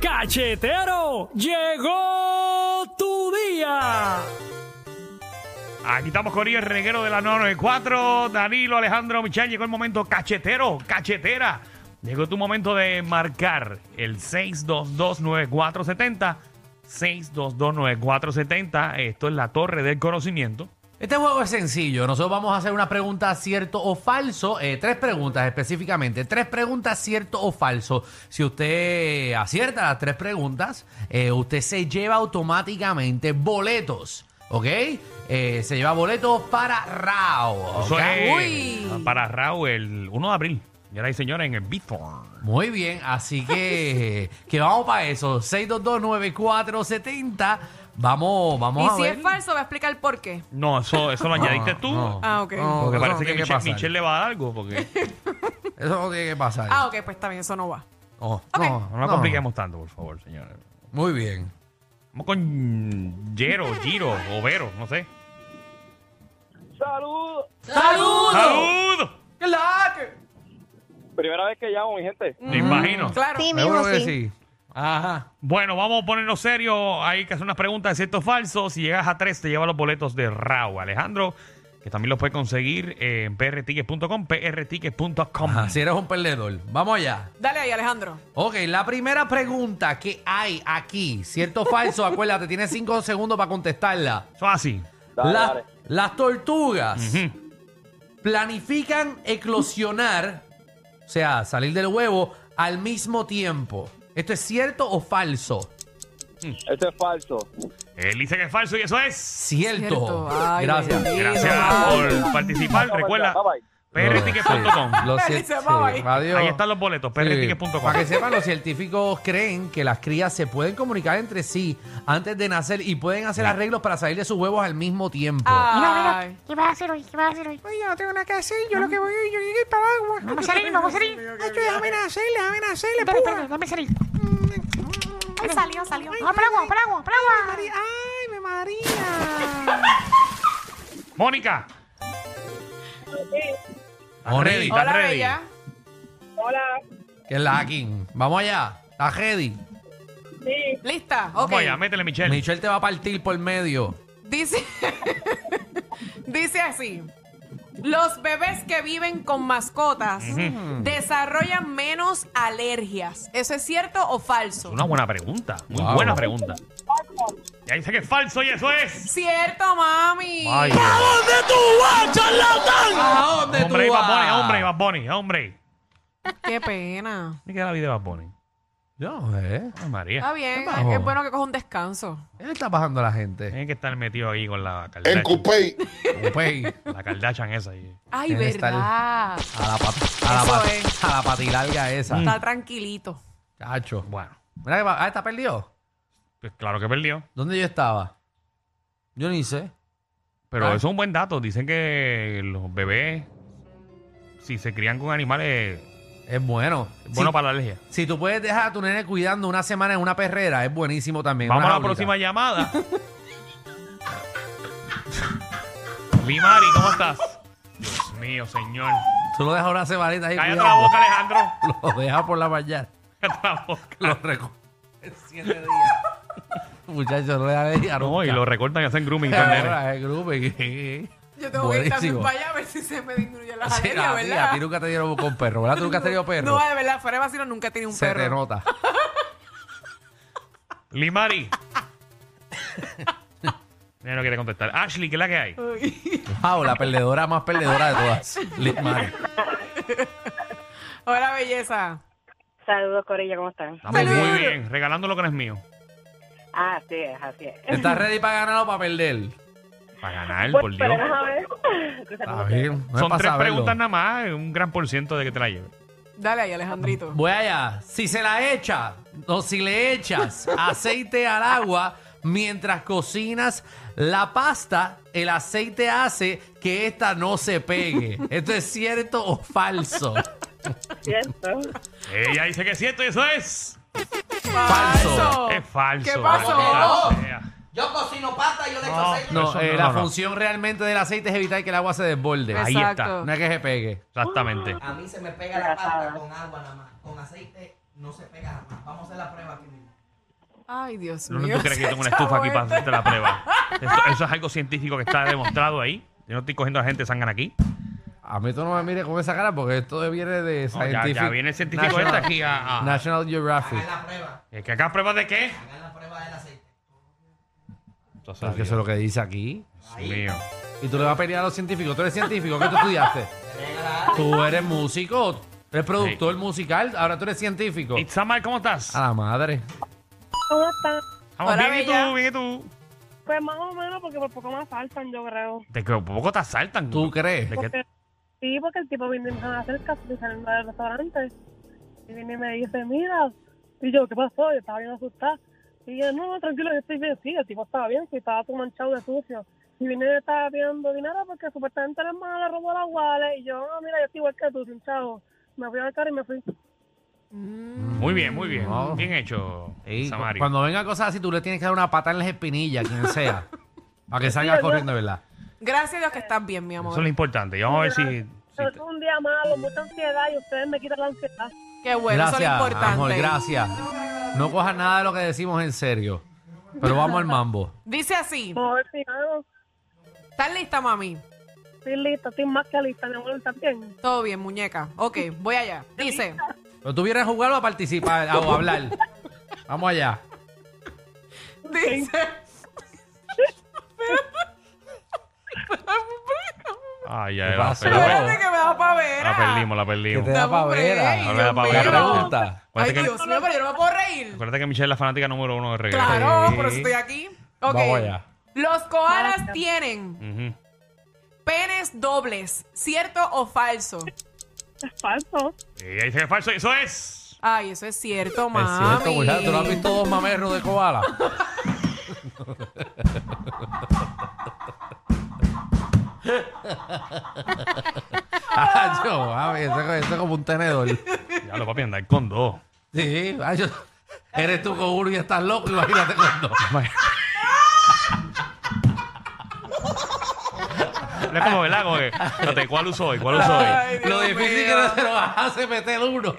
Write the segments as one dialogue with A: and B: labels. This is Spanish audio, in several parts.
A: ¡Cachetero! ¡Llegó tu día! Aquí estamos con el reguero de la 994, Danilo, Alejandro, Michel. Llegó el momento cachetero, cachetera. Llegó tu momento de marcar el 6229470. 6229470. Esto es la torre del conocimiento.
B: Este juego es sencillo. Nosotros vamos a hacer una pregunta cierto o falso. eh, tres preguntas específicamente. Tres preguntas cierto o falso. Si usted acierta las tres preguntas, eh, usted se lleva automáticamente boletos. ¿Ok? Eh, se lleva boletos para Rao.
A: Eso
B: ¿ok?
A: es para Raúl el 1 de abril. Y ahora, señores, en el Bitform.
B: Muy bien, así que, que vamos para eso. 6229470. Vamos, vamos
C: Y
B: a
C: si
B: ver.
C: es falso, va a explicar por qué.
A: No, eso, eso lo añadiste tú.
B: no.
C: Ah, ok.
B: No,
A: Porque
B: eso no
A: parece que,
B: tiene
A: Michelle,
B: pasar.
A: Michelle le va a dar algo. Porque
B: Eso no tiene que pasar.
C: Ah, ok, pues también eso no va.
B: No, no,
A: no la
B: no.
A: compliquemos tanto, por favor, señores.
B: Muy bien.
A: Vamos con Yero, Giro, Overo, no sé.
D: Saludos.
A: ¡Saludos!
D: Primera vez que llamo, mi gente.
A: Me imagino.
C: Claro.
E: Sí,
B: Seguro
E: mismo,
B: que
E: sí.
B: sí. Ajá.
A: Bueno, vamos a ponernos serio. Hay que hacer unas preguntas de cierto o falso. Si llegas a tres, te lleva los boletos de Raúl Alejandro, que también los puedes conseguir en prtickets.com, prtickets.com.
B: Ajá, Ah, si eres un perdedor. Vamos allá.
C: Dale ahí, Alejandro.
B: Ok, la primera pregunta que hay aquí, cierto o falso, acuérdate, tienes cinco segundos para contestarla.
A: Eso es así.
D: Dale,
B: La-
D: dale.
B: Las tortugas
A: Ujú.
B: planifican eclosionar, o sea, salir del huevo, al mismo tiempo. ¿Esto es cierto o falso?
D: Eso es falso.
A: Él dice que es falso y eso es.
B: Cierto.
C: Cierto. Ay,
B: Gracias.
C: bendito.
A: Gracias por participar. Recuerda,
D: Bye, bye.
A: prtickets.com.
B: Lo
C: Ahí
B: cien-
C: se va,
B: sí,
C: ahí.
B: adiós.
A: Ahí están los boletos, prtickets.com.
B: Para que sepan, los científicos creen que las crías se pueden comunicar entre sí antes de nacer y pueden hacer arreglos para salir de sus huevos al mismo tiempo.
E: Mira, mira,
C: Ay.
E: ¿qué vas a hacer hoy? ¿Qué vas a hacer hoy?
F: Oye, yo no tengo nada que hacer, yo lo que voy es yo llegué para agua.
E: Vamos a salir, vamos a salir.
F: Ay, yo, déjame nacer, déjame nacer, le
E: Espera, espera, déjame salir.
F: Mm.
E: Ay, salió, salió. Vamos para agua, para agua, para agua.
F: Ay, me María.
A: Mónica.
B: Mónica.
A: Ready,
C: Hola,
A: ready.
C: bella.
B: Que es la hacking. Vamos allá. ¿Estás ready?
C: Lista. Ok.
A: Vamos allá, métele, Michelle.
B: Michelle te va a partir por medio.
C: Dice, dice así. Los bebés que viven con mascotas desarrollan menos alergias. ¿Eso es cierto o falso?
A: Una buena pregunta. Muy
B: Wow.
A: buena pregunta. Ya dice que es falso y eso es.
C: Cierto, mami.
A: Ay,
B: ¿A dónde
A: hombre, y
B: tú
A: Bad Bunny,
B: vas?
A: hombre, y Bad Bunny, hombre.
C: Qué pena.
A: Me queda la vida de Bad Bunny.
B: No, eh.
A: Ay, María.
C: Está bien.
B: Vamos.
C: Es bueno que coja un descanso.
B: Él está bajando a la gente.
A: Tiene que estar metido ahí con la
G: En
A: Kardashian.
G: Coupé.
A: Eh.
B: Pues,
A: La Kardashian esa. ahí.
C: Ay,
B: Él está el-
C: verdad.
B: a la, pat- a, la
C: Eso
B: pat-
C: es.
B: a la patilarga esa.
C: Está tranquilito.
B: Chacho.
A: Mm. Bueno,
B: Mira que va- Ah, está perdido.
A: pues claro que perdió.
B: ¿Dónde yo estaba? Yo ni sé.
A: Pero
B: Ah.
A: eso es un buen dato. Dicen que los bebés, si se crían con animales,
B: Es bueno.
A: es bueno
B: Sí.
A: para la alergia.
B: Si tú puedes dejar a tu nene cuidando una semana en una perrera, es buenísimo también.
A: Vamos a
B: Una
A: la
B: jaulita.
A: próxima llamada. Mi Mari, ¿cómo estás? Dios mío, señor.
B: Tú lo dejas una semanita ahí.
A: Cállate la
B: cuidando.
A: boca, Alejandro.
B: Lo dejas por la mañana.
A: Cállate la boca.
B: Lo reco... En siete días. Muchachos, no le dejas de
A: No, y lo recortan y hacen grooming ¿eh? con nenes.
B: Ahora, el grupo. y-
C: Yo tengo que ir también
B: Buenísimo.
C: para allá a ver si se me disminuye la
B: Sí,
C: alergia,
B: a ti-
C: ¿verdad?
B: a ti nunca te dieron con perro, ¿verdad? Tú nunca has tenido perro.
C: No, de verdad, fuera de vacilo nunca he tenido un
B: Se te
C: perro.
B: nota.
A: Limari. Ella no quiere contestar. Ashley, ¿qué es la que hay?
B: Wow, la perdedora más perdedora de todas. Liz Mari.
C: Hola, belleza.
G: Saludos, Corilla, ¿cómo están?
A: Estamos
C: Salud.
A: Pues muy bien, regalando lo que no es mío.
G: Ah, así es, así es.
B: ¿Estás ready para ganar o para perder?
A: Para ganar,
G: Bueno,
A: por Dios.
G: esperemos a ver.
B: Está bien. No es
A: Son
B: para
A: tres
B: saberlo.
A: preguntas nada más, un gran por ciento de que te la lleve.
C: Dale ahí, Alejandrito.
B: Voy allá. Si se la echa o si le echas aceite al agua mientras cocinas la pasta, el aceite hace que esta no se pegue. ¿Esto es cierto o falso?
G: Cierto.
A: Ella dice que es cierto y eso es.
B: Falso.
A: Es falso.
C: ¿Qué pasó?
A: maldita sea.
H: Yo cocino pasta y yo le echo aceite.
B: No,
A: Eso
B: eh,
A: no,
B: la
A: no, no.
B: función realmente del aceite es evitar que el agua se desborde.
C: Exacto.
A: Ahí está.
B: No es que se pegue.
A: Exactamente.
H: A mí se me pega la pasta con agua nada más. Con aceite no se pega jamás. Vamos a hacer la prueba aquí mismo.
C: Ay, Dios
A: ¿No
C: mío. este.
A: tú crees que yo tengo una
C: se
A: estufa aquí
C: echó
A: para
C: esto.
A: hacerte la prueba? Eso, eso es algo científico que está demostrado ahí. Yo no estoy cogiendo a la gente de sangana aquí.
B: A mí tú no me mires con esa cara porque esto viene de
A: No, ya, ya
B: Scientific-
A: viene el científico
B: National-
A: este aquí a... a-
B: National Geographic.
H: Hagan la prueba.
A: ¿Es que acá pruebas de qué?
H: Hagan la prueba del aceite.
A: Entonces,
B: Porque eso es lo que dice aquí.
A: Dios mío.
B: Y tú le vas a pelear a los científicos. Tú eres científico, ¿qué tú estudiaste? tú eres músico, eres productor musical, ahora tú eres científico.
A: Itzamar, ¿cómo estás?
B: A la madre.
G: ¿Cómo están?
A: Estamos
C: Hola,
A: bien, ¿y
C: bella.
A: tú? Bien, ¿y tú?
G: Pues más o menos, porque por poco más faltan, yo creo.
A: De que poco te asaltan.
B: ¿Tú crees?
A: ¿De qué?
G: Porque, sí, porque el tipo viene y me acerca, estoy saliendo del restaurante. Y viene y me dice, mira. Y yo, ¿qué pasó? Yo estaba bien asustada. Y yo, no, tranquilo, yo estoy bien. Sí, el tipo estaba bien, sí, estaba todo manchado de sucio. Y vine y estaba pidiendo dinero porque supuestamente la hermana le robó la wallet. Y yo, no, mira, yo estoy igual que tú, sin chavo. Me fui a la cara y me fui.
A: Muy bien, muy bien.
B: No.
A: Bien hecho,
B: Ey, cu-
A: Samario.
B: cuando vengan cosas así, tú le tienes que dar una patada en las espinillas, quien sea. para que salga
G: ¿verdad?
B: corriendo, ¿verdad?
C: Gracias a Dios que estás bien, mi
A: Eso es lo
C: amor.
A: importante. Y vamos a ver si... si
G: Pero es un día malo, mucha ansiedad y ustedes me quitan la ansiedad.
C: Qué bueno, eso es lo
B: gracias,
C: importante.
B: amor, gracias. No cojas nada de lo que decimos en serio. Pero vamos al mambo.
C: Dice así.
G: Mejor si gano.
C: ¿Estás lista, mami?
G: Estoy lista, estoy más que lista, mi amor, también.
C: Todo bien, muñeca. Ok, voy allá. Dice,
B: Pero tú vienes a jugar o a participar o a hablar. Vamos allá.
C: dice.
A: Ay, ya,
B: ¿Qué
A: la,
B: pasó?
A: la-
C: Espérate que me da pa' ver.
A: la Ah, perdimos, la perdimos.
B: Que te da
C: Dame un
B: pavera.
C: break,
A: No me da
C: Dios
A: pavera.
C: mío.
B: La pregunta.
C: Ay,
A: Acuérdate que,
C: Dios mío, pero yo no me puedo reír.
A: acuérdate que Michelle es la fanática número uno de reggae.
C: Claro,
B: Sí.
C: por eso estoy aquí. Ok.
B: Vamos allá.
C: Los koalas tienen
A: Ujú.
C: penes dobles, ¿cierto o falso?
G: Es falso.
A: Y ella dice que es falso. y Eso es...
C: Ay, eso es cierto,
B: Es
C: mami.
B: cierto, muchacho, ¿Tú no has visto dos mamerros de koala? ah, yo, mami, eso, es- eso es como un tenedor.
A: Ya lo papi, andar con dos.
B: Sí, ah, yo- eres tú con uno y estás loco, imagínate con dos.
A: No es como, ¿verdad? Como que, espérate, ¿cuál uso hoy? ¿Cuál uso hoy?
C: Ay, Dios
B: Lo difícil que
C: mío.
B: no se lo hace meter uno.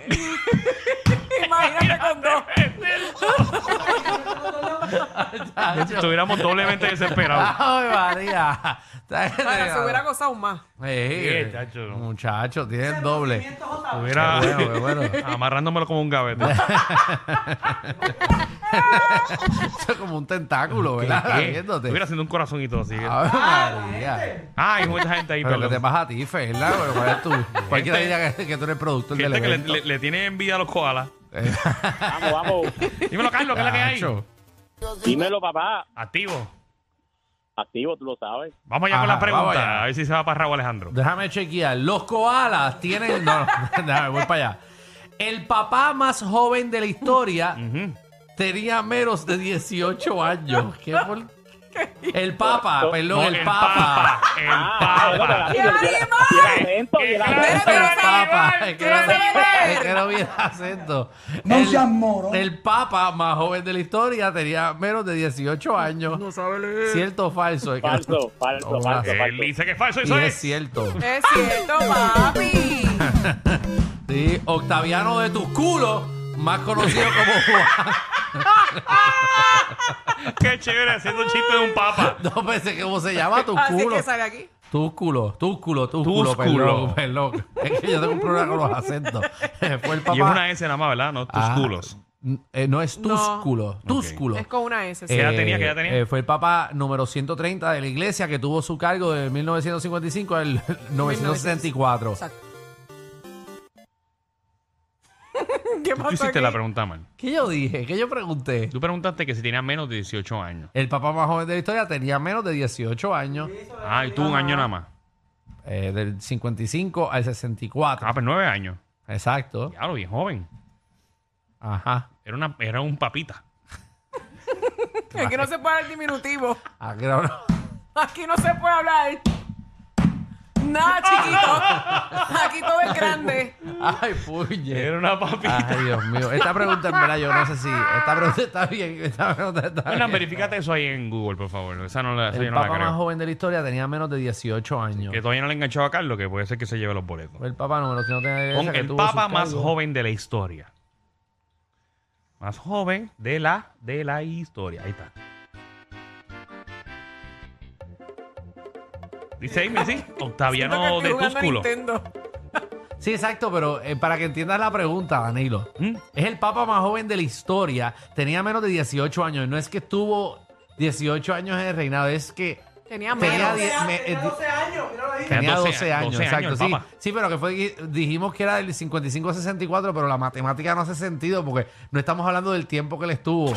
C: Imagínate con dos.
B: Chacho.
A: Estuviéramos doblemente desesperados.
B: Ay, María.
C: Bueno, se hubiera gozado más.
B: Eh,
A: Sí, chacho.
B: Muchacho, tienes doble.
A: Estuviera
B: Ah, Qué bueno, qué bueno.
A: amarrándomelo como un gavete.
B: Eso es como un tentáculo, ¿verdad?
A: ¿Qué?
B: Viéndote.
A: Estuviera haciendo un corazón y todo así.
B: Ave María.
A: Ay, hay mucha gente ahí,
B: Pero que te
A: perdón.
B: pasa a ti, Ferla, güey, ¿cuál es tu? Cualquiera
A: Gente-
B: diría que, que tú eres productor del
A: Gente que le,
B: evento.
A: le, le tiene envidia a los koalas.
D: Vamos, vamos.
A: Dímelo, Carlos, ¿qué es la que hay?
B: Chacho.
D: Dímelo, papá.
A: Activo.
D: Activo, tú lo sabes.
A: Vamos allá con
B: Ajá,
A: la pregunta.
B: vamos allá.
A: A ver si se va para Raúl Alejandro.
B: Déjame chequear. Los koalas tienen. No, no, déjame, voy para allá. El papá más joven de la historia
A: Ujú.
B: tenía menos de 18 años. ¿Qué por- El papa, perdón,
A: No,
B: el papa.
A: El
D: Ah, bueno,
A: papa.
D: pero así,
C: ¡Qué
D: yo la- yo la invento, yo la
C: animal!
D: invento.
C: Pero no
B: El
C: sabe
B: papa.
C: leer,
B: Es
C: que
B: que
C: no
B: no-
C: sabe leer.
B: es que no viene acento.
H: No
B: El-
H: seas moro.
B: El papa más joven de la historia tenía menos de 18 años.
C: sabe
B: ¿Cierto o falso? Es que-
D: Falso, falso,
B: No,
D: falso,
B: eh,
A: Él
D: falso.
A: dice que es falso.
B: Y
A: Eso
B: es
A: es.
B: cierto.
C: Es cierto, papi.
B: Sí, Octaviano de tus culos, más conocido como Juan.
A: Qué chévere haciendo un chiste de un papa.
B: No pensé cómo se llama tus
C: Así
B: culos.
C: que sale aquí.
B: Tus culos, tus culos, tus
A: Tus
B: culos, perdón,
A: culos.
B: perdón. Es que yo tengo un problema con los acentos. Fue el papá.
A: Y es una S nada más, ¿verdad? No tus
B: Ah,
A: culos.
B: N- eh, no es
C: No.
B: Túsculo. Túsculo.
C: Es con una S. sí.
A: ¿Qué edad tenía? ¿Qué edad tenía?
B: eh, fue el papa número 130 de la iglesia que tuvo su cargo de 1955 al 1974.
C: Exacto. ¿Qué
A: Tú
C: pasó
A: hiciste
C: aquí?
A: la pregunta mal.
B: ¿Qué yo dije? ¿Qué yo pregunté?
A: Tú preguntaste que si tenías menos de 18 años.
B: El papa más joven de la historia tenía menos de 18 años,
A: Ah, y tú un año nada más.
B: eh, del 55 al 64.
A: Ah, pues nueve años.
B: Exacto.
A: Claro, bien joven.
B: Ajá.
A: Era, una, era un papita.
C: Aquí no se puede hablar diminutivo.
B: Ah, que no, no.
C: Aquí no se puede hablar. Nada, chiquito. Aquí todo es grande.
B: Ay, puñe.
A: Era una papita.
B: Ay, Dios mío. Esta pregunta, en verdad, yo no sé si. Esta pregunta está bien. Esta pregunta está
A: Fernan,
B: bien.
A: verificate Ah, eso ahí en Google, por favor. Esa no la, esa
B: El
A: yo no la
B: papa
A: creo.
B: más joven de la historia tenía menos de 18 años.
A: Que todavía no le he enganchado a Carlos, que puede ser que se lleve los boletos.
B: El papa número 130 de la iglesia.
A: Con
B: que
A: el
B: tuvo
A: papa
B: sus
A: más
B: cargos.
A: joven de la historia. Más joven de la, de la historia. Ahí está. Dice ahí, sí, Octaviano
C: Siento que
A: de
C: estoy jugando a
A: Túsculo.
C: Nintendo.
B: Sí, exacto, pero eh, para que entiendas la pregunta, Danilo.
A: ¿Mm?
B: Es el papa más joven de la historia. Tenía menos de 18 años. No es que estuvo 18 años en el reinado, es que
C: Tenía
B: tenía,
C: menos.
B: die- me- eh,
H: Tenía
B: di-
H: 12 años, míralo ahí.
B: tenía 12,
A: 12
B: años.
A: años
B: exacto,
A: el
B: sí.
A: papa.
B: Sí, pero que fue dijimos que era del 55 a 64, pero la matemática no hace sentido porque no estamos hablando del tiempo que él estuvo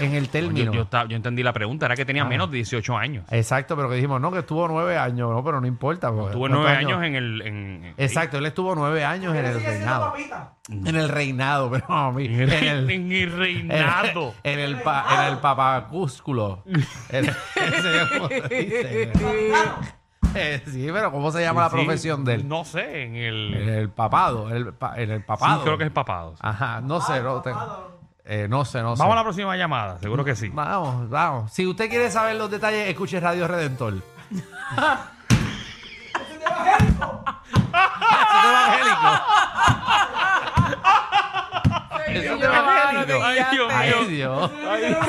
B: en el
A: Yo,
B: término.
A: yo estaba- yo entendí la pregunta, era que tenía
B: Ah.
A: menos de 18 años.
B: Exacto, pero que dijimos, no, que estuvo nueve años, no, pero no importa. porque
A: Tuvo
B: ¿cuántos
A: nueve años en el. en- en-
B: Exacto, él estuvo nueve años en
H: Pero
B: el
H: sigue siendo
B: reinado.
H: papita.
B: En el reinado, pero mami.
A: En el,
B: en el-
A: en el
B: En-
A: reinado.
B: En el, pa- en el papacúsculo. En- ese es como se dice. Eh, sí, pero ¿cómo se llama la
A: Sí,
B: profesión de él? Eh,
A: No sé, en el.
B: En el papado. En el, pa- en el papado.
A: sí, creo que es papado.
B: Ajá, no sé. No, te- eh, no sé, no sé.
A: Vamos a la próxima llamada, seguro que sí.
B: Vamos, vamos. Si usted quiere saber los detalles, escuche Radio Redentor. ¿Es evangélico?
C: Ay,
B: Eso
C: Dios,
B: te va a ver,
C: no te
B: Dios.
C: guillaste.
B: Ay, Dios. Ay, yo-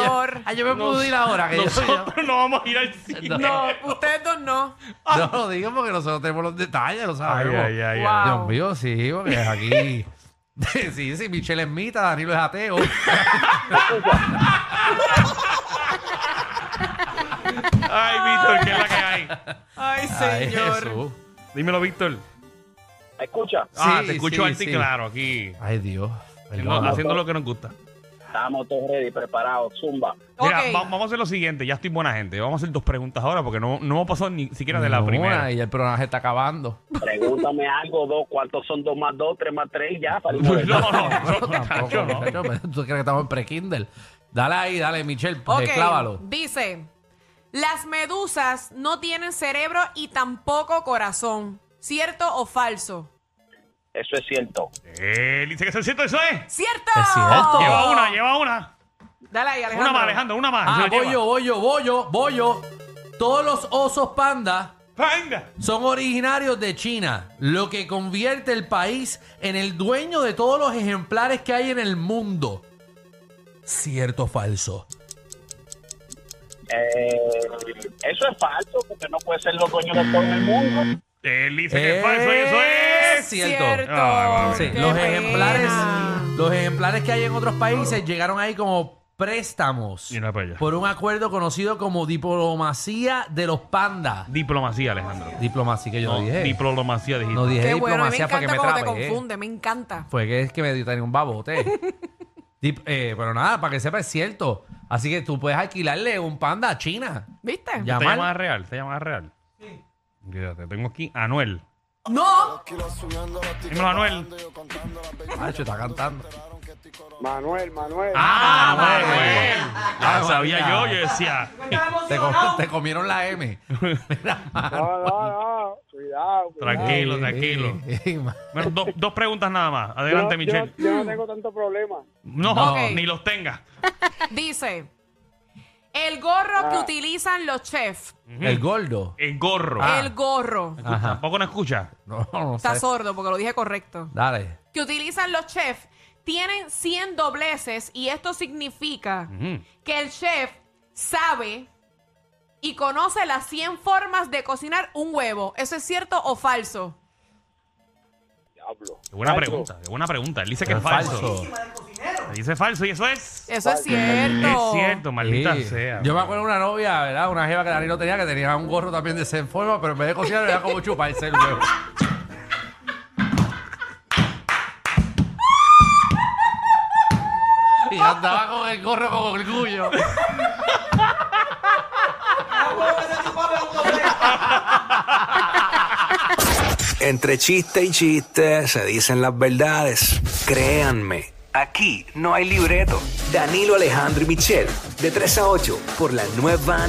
C: Señor.
B: Ay, yo me puedo ir ahora. Que yo-
A: Nosotros no vamos a ir al cine.
C: No, ustedes dos no.
B: Ah, No lo digo porque nosotros tenemos los detalles, lo
A: Ay,
B: sabemos.
A: ay, ay,
C: Wow.
A: ay.
B: Dios mío, sí, porque aquí. sí, sí, Michelle es mita, Danilo es ateo.
A: Ay, Víctor, ¿qué es la que hay?
B: Ay,
C: Ay, señor.
B: Jesús.
A: Dímelo, Víctor.
D: ¿Me escucha?
A: Ah,
B: Sí,
A: te escucho
B: sí,
A: alto y
B: sí.
A: claro aquí.
B: Ay, Dios.
A: haciendo-
B: Perdón.
A: haciendo lo que nos gusta.
D: Estamos todos ready, preparados, zumba.
A: Mira,
C: Ok.
A: va- vamos a hacer lo siguiente. Ya estoy buena gente. Vamos a hacer dos preguntas ahora porque no, no hemos pasado ni siquiera de la
B: No,
A: primera.
B: Y el programa se está acabando.
D: Pregúntame algo, dos, ¿cuántos son dos más dos, tres más tres? Ya, para
A: No, no, no,
B: No, tampoco,
A: muchacho, no.
B: muchacho, pero ¿Tú crees que estamos en pre-Kindle? Dale ahí, dale, Michelle,
C: Ok.
B: eh, clávalo.
C: Dice: Las medusas no tienen cerebro y tampoco corazón. ¿Cierto o falso?
D: Eso es cierto.
A: Él Eh, dice que es el cierto, eso es.
C: ¡Cierto!
B: Es cierto.
A: Lleva una, lleva una.
C: Dale ahí, Oh. Alejandro.
A: Una más, Alejandro, una más.
B: Ah,
A: Se lo lleva.
B: bollo, bollo, bollo, bollo. Todos los osos panda
A: Venga.
B: son originarios de China, lo que convierte el país en el dueño de todos los ejemplares que hay en el mundo. ¿Cierto o falso?
D: Eh, eso es falso, porque no puede ser los dueños de todo el mundo.
A: Él dice que es falso y
B: Eh,
A: eso es.
B: cierto.
A: Ah,
C: ¡Cierto!
A: vale.
B: Sí,
C: Qué
B: los
C: pena.
B: ejemplares, los ejemplares que hay en otros países llegaron ahí como préstamos
A: Mira para allá.
B: por un acuerdo conocido como diplomacia de los pandas.
A: Diplomacia, Alejandro.
B: Diplomacia que yo no,
A: No,
B: dije.
A: diplomacia dijiste.
B: No dije
C: Qué bueno, a mí me
B: diplomacia para que
C: encanta
B: me
C: cómo te
B: trape, eh.
C: confunde, me encanta.
B: Fue que es que me dio tenía un babote. Dip- eh, pero nada, para que sepa, es cierto. Así que tú puedes alquilarle un panda a China.
C: ¿Viste?
A: ¿Te
B: Llamar.
A: llamas real? ¿Te llamas real? Sí. Fíjate, tengo aquí a Anuel.
C: ¡No!
A: Dímelo, Anuel.
B: Macho, está cantando.
I: Manuel, Manuel.
A: Ah,
B: Manuel.
A: Manuel.
B: Ah,
A: Ah, sabía
B: María.
A: yo, yo decía.
B: Te, com- te comieron la M.
I: No, no, no. Cuidado, cuidado.
A: Tranquilo, tranquilo. Bueno, dos, dos preguntas nada más. Adelante,
I: Yo-
A: Michelle.
I: Yo, yo no tengo tanto problema.
A: No,
B: No.
A: ni los tengas.
C: Dice: El gorro
A: Ah.
C: que utilizan los chefs.
B: El gordo.
A: El gorro.
B: Ah.
C: El gorro.
A: Tampoco no escucha.
B: No, no sé.
C: Está sordo porque lo dije correcto.
B: Dale.
C: Que utilizan los chefs tienen 100 dobleces y esto significa
A: Ujú.
C: que el chef sabe y conoce las 100 formas de cocinar un huevo. ¿Eso es cierto o falso?
I: Diablo.
A: Qué buena pregunta, qué buena pregunta. Él dice que es
B: Es
A: falso.
B: falso.
A: Y eso es falso y eso es.
C: Eso es cierto.
A: Es cierto, maldita
B: Sí.
A: sea.
B: Yo me acuerdo de una novia, ¿verdad? Una jeva que Danilo tenía que tenía un gorro también de esa forma, pero en vez de cocinar era como chuparse el huevo. Y andaba con el gorro con orgullo.
J: Entre chiste y chiste se dicen las verdades. Créanme, aquí no hay libreto. Danilo Alejandro y Michel, de 3 a 8, por la nueva